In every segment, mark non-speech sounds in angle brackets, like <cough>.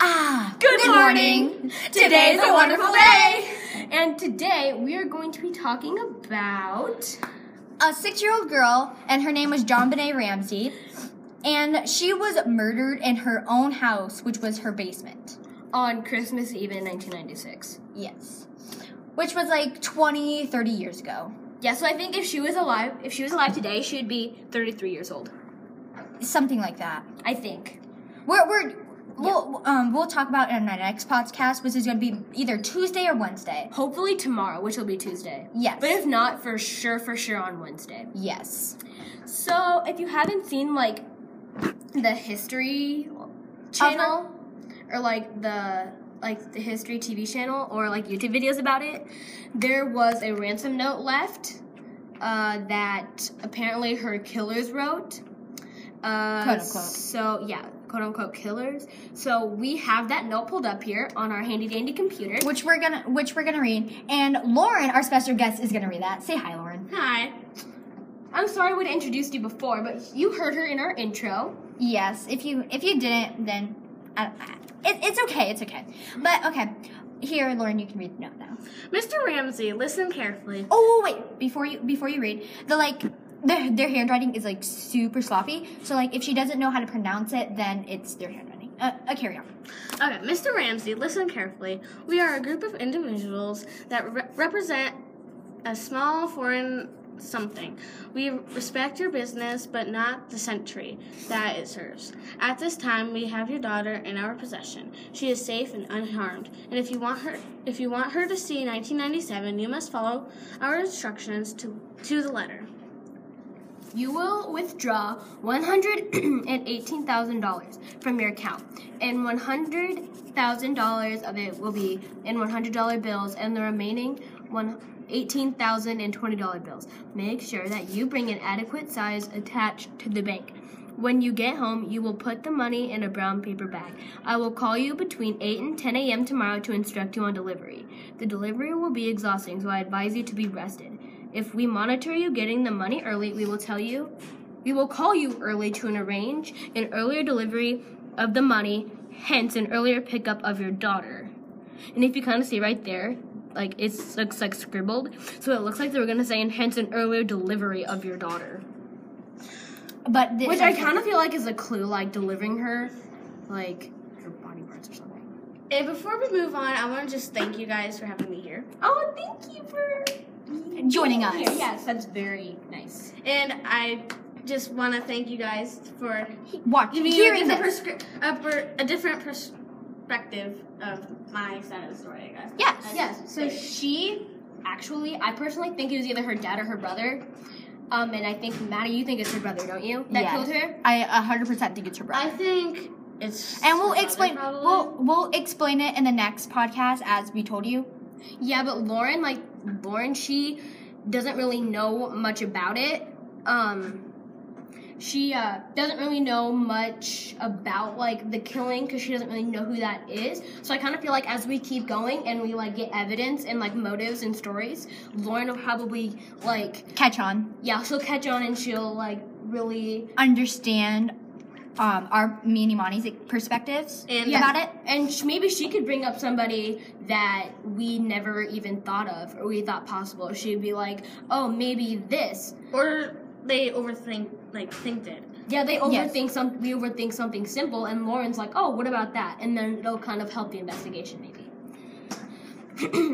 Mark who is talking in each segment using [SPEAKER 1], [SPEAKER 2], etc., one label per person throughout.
[SPEAKER 1] Ah, Good morning. Today's a wonderful day.
[SPEAKER 2] And today we are going to be talking about.
[SPEAKER 1] A six year old girl, and her name was John Benet Ramsey, and she was murdered in her own house, which was her basement.
[SPEAKER 2] On Christmas Eve in 1996.
[SPEAKER 1] Yes. Which was like 20, 30 years ago.
[SPEAKER 2] Yeah, so I think if she was alive, if she was alive today, she would be 33 years old.
[SPEAKER 1] Something like that.
[SPEAKER 2] I think.
[SPEAKER 1] We're, we're, we'll, um, we'll talk about it in our next podcast, which is going to be either Tuesday or Wednesday.
[SPEAKER 2] Hopefully tomorrow, which will be Tuesday.
[SPEAKER 1] Yes.
[SPEAKER 2] But if not, for sure, for sure on Wednesday.
[SPEAKER 1] Yes.
[SPEAKER 2] So if you haven't seen like the history channel or like the like the history TV channel or like YouTube videos about it, there was a ransom note left uh, that apparently her killers wrote. Uh,
[SPEAKER 1] Quote, unquote.
[SPEAKER 2] So yeah, quote unquote killers. So we have that note pulled up here on our handy dandy computer.
[SPEAKER 1] Which we're gonna, which we're gonna read, and Lauren, our special guest, is gonna read that. Say hi, Lauren.
[SPEAKER 2] Hi. I'm sorry we introduced you before, but you heard her in our intro.
[SPEAKER 1] Yes, if you if you didn't, then I, I, it, it's okay, it's okay. But okay, here, Lauren, you can read the note now.
[SPEAKER 3] Mr. Ramsey, listen carefully.
[SPEAKER 1] Oh wait, before you before you read, the like their their handwriting is like super sloppy. So like if she doesn't know how to pronounce it, then it's their handwriting. Uh, uh carry on.
[SPEAKER 3] Okay, Mr. Ramsey, listen carefully. We are a group of individuals that re- represent a small foreign something. We respect your business, but not the century that it serves. At this time, we have your daughter in our possession. She is safe and unharmed. And if you want her, if you want her to see 1997, you must follow our instructions to to the letter.
[SPEAKER 2] You will withdraw $118,000 from your account, and $100,000 of it will be in $100 bills, and the remaining one. $18,000 and $20 bills. Make sure that you bring an adequate size attached to the bank. When you get home, you will put the money in a brown paper bag. I will call you between 8 and 10 a.m. tomorrow to instruct you on delivery. The delivery will be exhausting, so I advise you to be rested. If we monitor you getting the money early, we will tell you. We will call you early to arrange an earlier delivery of the money, hence an earlier pickup of your daughter. And if you kind of see right there, like it's looks like scribbled, so it looks like they were gonna say, and hence an earlier delivery of your daughter,
[SPEAKER 1] But the,
[SPEAKER 2] which I kind of feel like is a clue, like delivering her, like her body parts or something.
[SPEAKER 3] And before we move on, I want to just thank you guys for having me here.
[SPEAKER 2] Oh, thank you for
[SPEAKER 1] joining us.
[SPEAKER 2] Yes, that's very nice.
[SPEAKER 3] And I just want to thank you guys for
[SPEAKER 1] Watch,
[SPEAKER 3] giving
[SPEAKER 1] hearing
[SPEAKER 3] you a
[SPEAKER 1] this.
[SPEAKER 3] different, perscri- a, per- a different perspective of my side of the story, I guess.
[SPEAKER 1] Yes.
[SPEAKER 2] Yes. So she actually, I personally think it was either her dad or her brother. Um, and I think Maddie, you think it's her brother, don't you? That
[SPEAKER 1] Yes.
[SPEAKER 2] killed her.
[SPEAKER 1] I 100% think it's her brother.
[SPEAKER 3] I think it's.
[SPEAKER 1] and we'll
[SPEAKER 3] my mother,
[SPEAKER 1] explain
[SPEAKER 3] probably.
[SPEAKER 1] we'll we'll explain it in the next podcast as we told you.
[SPEAKER 2] Yeah, but Lauren, like Lauren, she doesn't really know much about it. Um, she uh, doesn't really know much about like the killing because she doesn't really know who that is. So I kind of feel like as we keep going and we like get evidence and like motives and stories, Lauren will probably like
[SPEAKER 1] Catch on.
[SPEAKER 2] yeah, she'll catch on and she'll like really
[SPEAKER 1] Understand um, our me and Imani's perspectives
[SPEAKER 3] And-
[SPEAKER 1] about it.
[SPEAKER 2] and sh- maybe she could bring up somebody that we never even thought of or we thought possible. She'd be like, "Oh, maybe this."
[SPEAKER 3] or they overthink, like think it.
[SPEAKER 2] Yeah, they
[SPEAKER 1] Yes.
[SPEAKER 2] overthink some. We overthink something simple, and Lauren's like, "Oh, what about that?" And then it'll kind of help the investigation, maybe. <clears throat>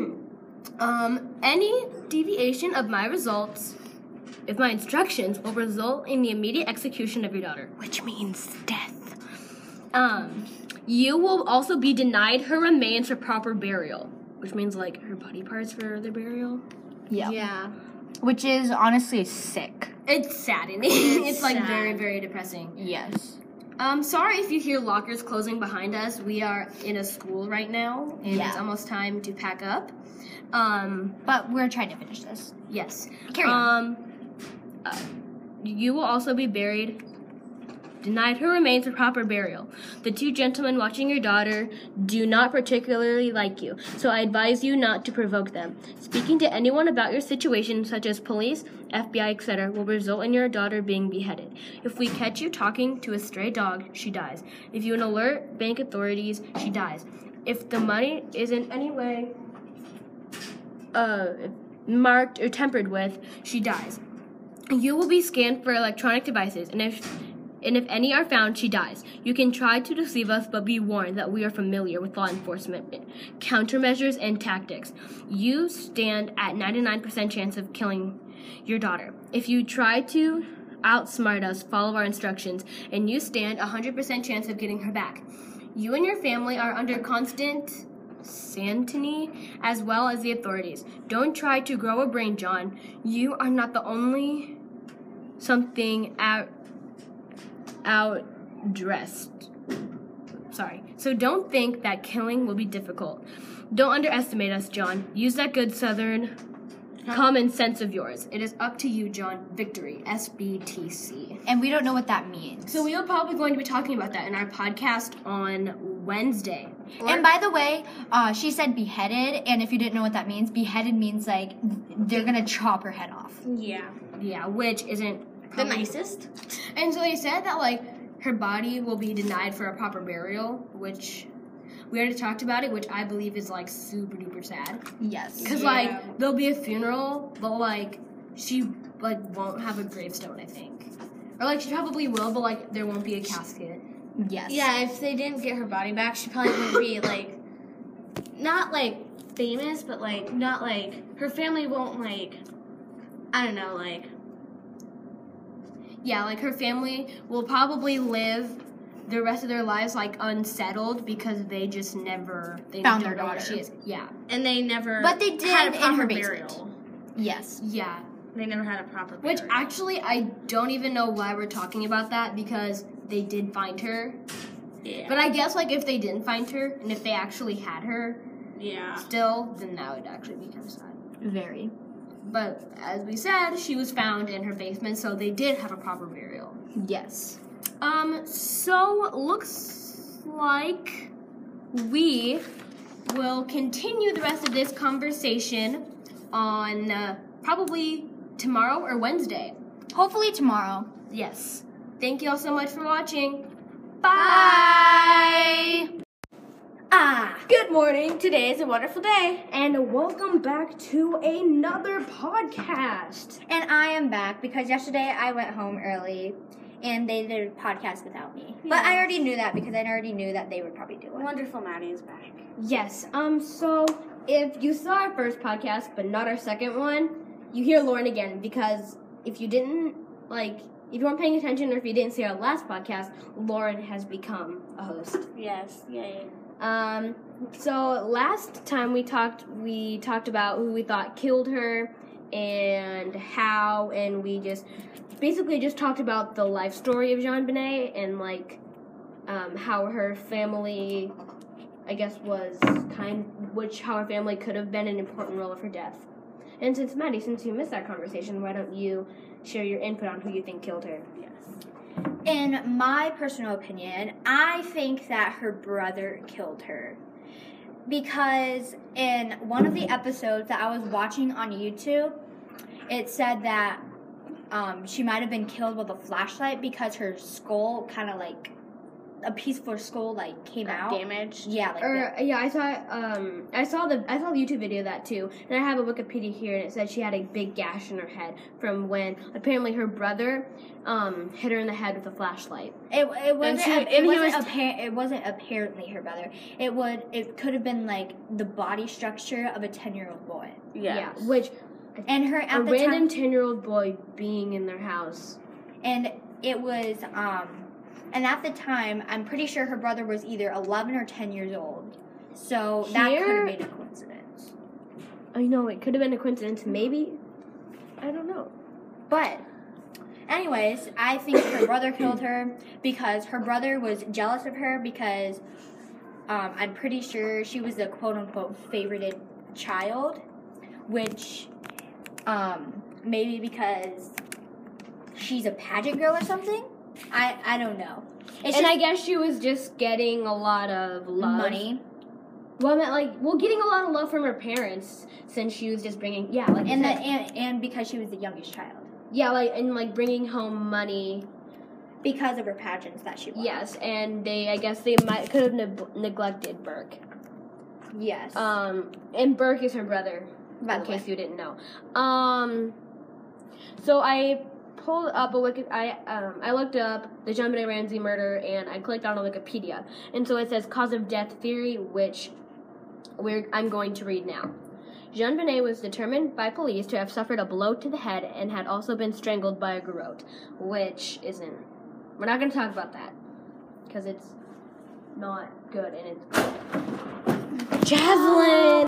[SPEAKER 2] um, any deviation of my results, if my instructions will result in the immediate execution of your daughter, which means death. Um, you will also be denied her remains for proper burial, which means like her body parts for the burial.
[SPEAKER 3] Yeah.
[SPEAKER 1] Which is honestly sick.
[SPEAKER 2] It's saddening. <laughs> It's, like
[SPEAKER 3] sad.
[SPEAKER 2] very, very depressing.
[SPEAKER 1] Yes.
[SPEAKER 2] Um, sorry if you hear lockers closing behind us. We are in a school right now, and
[SPEAKER 1] Yeah.
[SPEAKER 2] it's almost time to pack up. Um,
[SPEAKER 1] But we're trying to finish this.
[SPEAKER 2] yes.
[SPEAKER 1] Carry on.
[SPEAKER 2] Um, uh, you will also be buried. Denied her remains for proper burial. The two gentlemen watching your daughter do not particularly like you, so I advise you not to provoke them. Speaking to anyone about your situation, such as police, FBI, etc., will result in your daughter being beheaded. If we catch you talking to a stray dog, she dies. If you alert bank authorities, she dies. if the money is in any way uh, marked or tempered with, she dies. You will be scanned for electronic devices, and if and if any are found, she dies. You can try to deceive us, but be warned that we are familiar with law enforcement countermeasures and tactics. You stand at 99% chance of killing your daughter. If you try to outsmart us, follow our instructions, and you stand 100% chance of getting her back. You and your family are under constant Santini as well as the authorities. Don't try to grow a brain, John. You are not the only something out out dressed. Sorry. So don't think that killing will be difficult. Don't underestimate us, John. Use that good southern common sense of yours. It is up to you, John. Victory. SBTC.
[SPEAKER 4] And we don't know what that means.
[SPEAKER 2] So we are probably going to be talking about that in our podcast on Wednesday.
[SPEAKER 4] and by the way, uh, she said beheaded, and if you didn't know what that means, beheaded means like they're gonna chop her head off.
[SPEAKER 3] Yeah.
[SPEAKER 2] Yeah, which isn't
[SPEAKER 3] The
[SPEAKER 2] probably-
[SPEAKER 3] nicest.
[SPEAKER 2] And so they said that like her body will be denied for a proper burial, which we already talked about it, which I believe is like super duper sad.
[SPEAKER 4] Yes.
[SPEAKER 2] Cause
[SPEAKER 3] Yeah.
[SPEAKER 2] like there'll be a funeral, but like she like won't have a gravestone, I think, or like she probably will, but like there won't be a casket.
[SPEAKER 4] Yes.
[SPEAKER 3] Yeah, if they didn't get her body back, she probably would be <laughs> like, not like famous, but like not like her family won't like, I don't know, like
[SPEAKER 2] Yeah, like her family will probably live the rest of their lives like unsettled because they just never they
[SPEAKER 4] Found
[SPEAKER 2] don't
[SPEAKER 4] their
[SPEAKER 2] know where
[SPEAKER 4] daughter.
[SPEAKER 2] She is. Yeah,
[SPEAKER 3] and they never.
[SPEAKER 4] But they did
[SPEAKER 3] had a
[SPEAKER 4] in her
[SPEAKER 3] proper
[SPEAKER 4] basement.
[SPEAKER 3] burial.
[SPEAKER 4] Yes.
[SPEAKER 2] yeah.
[SPEAKER 3] They never had a proper
[SPEAKER 2] Which
[SPEAKER 3] burial.
[SPEAKER 2] actually, I don't even know why we're talking about that because they did find her.
[SPEAKER 3] yeah,
[SPEAKER 2] But I guess, like, if they didn't find her and if they actually had her
[SPEAKER 3] yeah,
[SPEAKER 2] still, then that would actually be kind of sad.
[SPEAKER 4] Very.
[SPEAKER 2] But as we said, she was found in her basement, so they did have a proper burial.
[SPEAKER 4] Yes.
[SPEAKER 2] Um, so looks like we will continue the rest of this conversation on uh, probably tomorrow or Wednesday.
[SPEAKER 4] Hopefully tomorrow.
[SPEAKER 2] Yes. Thank you all so much for watching.
[SPEAKER 4] Bye.
[SPEAKER 3] ah,
[SPEAKER 2] Good morning
[SPEAKER 3] today is a wonderful day.
[SPEAKER 2] and welcome back to another podcast.
[SPEAKER 1] And I am back because yesterday I went home early and they did a podcast without me. But I already knew that because I already knew that they would probably do it.
[SPEAKER 3] Wonderful Maddie is back.
[SPEAKER 2] Yes. Um so if you saw our first podcast but not our second one, you hear Lauren again because if you didn't like if you weren't paying attention or if you didn't see our last podcast, Lauren has become a host.
[SPEAKER 3] Yes, yay.
[SPEAKER 2] Um, so last time we talked, we talked about who we thought killed her and how, and we just basically just talked about the life story of Jean Benet and like um, how her family, I guess, was kind, which how her family could have been an important role of her death. And since Maddie, since you missed that conversation, why don't you share your input on who you think killed her?
[SPEAKER 1] In my personal opinion, I think that her brother killed her. Because in one of the episodes that I was watching on YouTube, it said that um, she might have been killed with a flashlight because her skull kind of like a piece of her skull like came out.
[SPEAKER 3] Damage.
[SPEAKER 1] Yeah, like that.
[SPEAKER 2] Or uh, yeah, I saw um I saw the I saw the YouTube video of that too, and I have a Wikipedia here, and it said she had a big gash in her head from when apparently her brother um hit her in the head with a flashlight.
[SPEAKER 1] It, it wasn't.
[SPEAKER 3] she-
[SPEAKER 1] a-
[SPEAKER 3] and
[SPEAKER 1] it
[SPEAKER 3] he
[SPEAKER 1] wasn't
[SPEAKER 3] was-
[SPEAKER 1] apparent. It wasn't apparently her brother. It would. It could have been like the body structure of a ten-year-old boy.
[SPEAKER 3] Yeah.
[SPEAKER 2] Yeah, which
[SPEAKER 1] And her at
[SPEAKER 2] a
[SPEAKER 1] the
[SPEAKER 2] random
[SPEAKER 1] time.
[SPEAKER 2] ten year old boy being in their house.
[SPEAKER 1] And it was. Um, and at the time, I'm pretty sure her brother was either 11 or 10 years old. So that could
[SPEAKER 2] Here-
[SPEAKER 1] have been a coincidence.
[SPEAKER 2] I know it could have been a coincidence, maybe. I don't know.
[SPEAKER 1] But, anyways, I think her brother killed her because her brother was jealous of her because um, I'm pretty sure she was the quote unquote favorited child, which um, maybe because she's a pageant girl or something. I, I don't know. It's just
[SPEAKER 2] and I guess she was just getting a lot of love.
[SPEAKER 1] money.
[SPEAKER 2] Well, I meant like well, getting a lot of love from her parents since she was just bringing yeah like you
[SPEAKER 1] And, the,
[SPEAKER 2] said,
[SPEAKER 1] and, and because she was the youngest child.
[SPEAKER 2] yeah like and like bringing home money
[SPEAKER 1] Because of her pageants that she won.
[SPEAKER 2] Yes, and they, I guess they might could have neg neglected Burke.
[SPEAKER 5] Yes.
[SPEAKER 2] Um, and Burke is her brother.
[SPEAKER 5] By
[SPEAKER 2] in
[SPEAKER 5] the way.
[SPEAKER 2] case you didn't know. Um, so I pulled up a wiki. I um, I looked up the Jean Benet Ramsey murder, and I clicked on a Wikipedia, and so it says cause of death theory, which we're, I'm going to read now. Jean Benet was determined by police to have suffered a blow to the head and had also been strangled by a garrote, which isn't. We're not going to talk about that because it's not good and it's. Jaslyn!